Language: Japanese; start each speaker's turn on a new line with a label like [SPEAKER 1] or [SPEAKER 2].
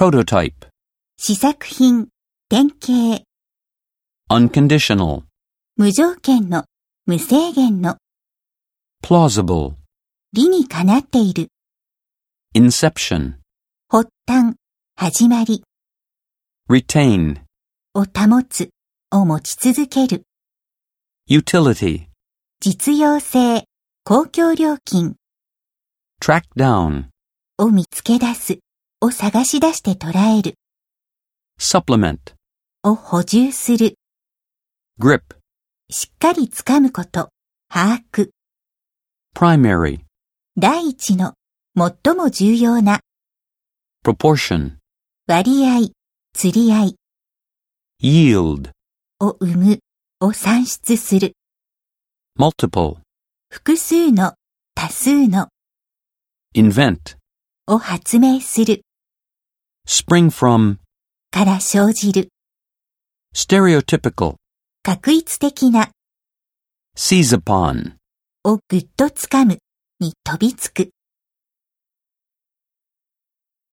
[SPEAKER 1] prototype,
[SPEAKER 2] 試作品、典型、
[SPEAKER 1] unconditional,
[SPEAKER 2] 無条件の、無制限の、
[SPEAKER 1] plausible,
[SPEAKER 2] 理にかなっている、
[SPEAKER 1] inception,
[SPEAKER 2] 発端、始まり、
[SPEAKER 1] retain,
[SPEAKER 2] を保つ、を持ち続ける、
[SPEAKER 1] utility,
[SPEAKER 2] 実用性、公共料金
[SPEAKER 1] track down,
[SPEAKER 2] を見つけ出す、を探し出して捉える、
[SPEAKER 1] supplement,
[SPEAKER 2] を補充する、
[SPEAKER 1] grip,
[SPEAKER 2] しっかりつかむこと、把握、
[SPEAKER 1] primary,
[SPEAKER 2] 第一の、最も重要な、
[SPEAKER 1] proportion,
[SPEAKER 2] 割合、釣り合い
[SPEAKER 1] yield,
[SPEAKER 2] を生む、を算出する、
[SPEAKER 1] multiple,
[SPEAKER 2] 複数の、多数の、
[SPEAKER 1] invent,
[SPEAKER 2] を発明する、
[SPEAKER 1] spring from,
[SPEAKER 2] から生じる、
[SPEAKER 1] stereotypical,
[SPEAKER 2] 確一的な、
[SPEAKER 1] seize upon.
[SPEAKER 2] をぐっとつかむ、に飛びつく。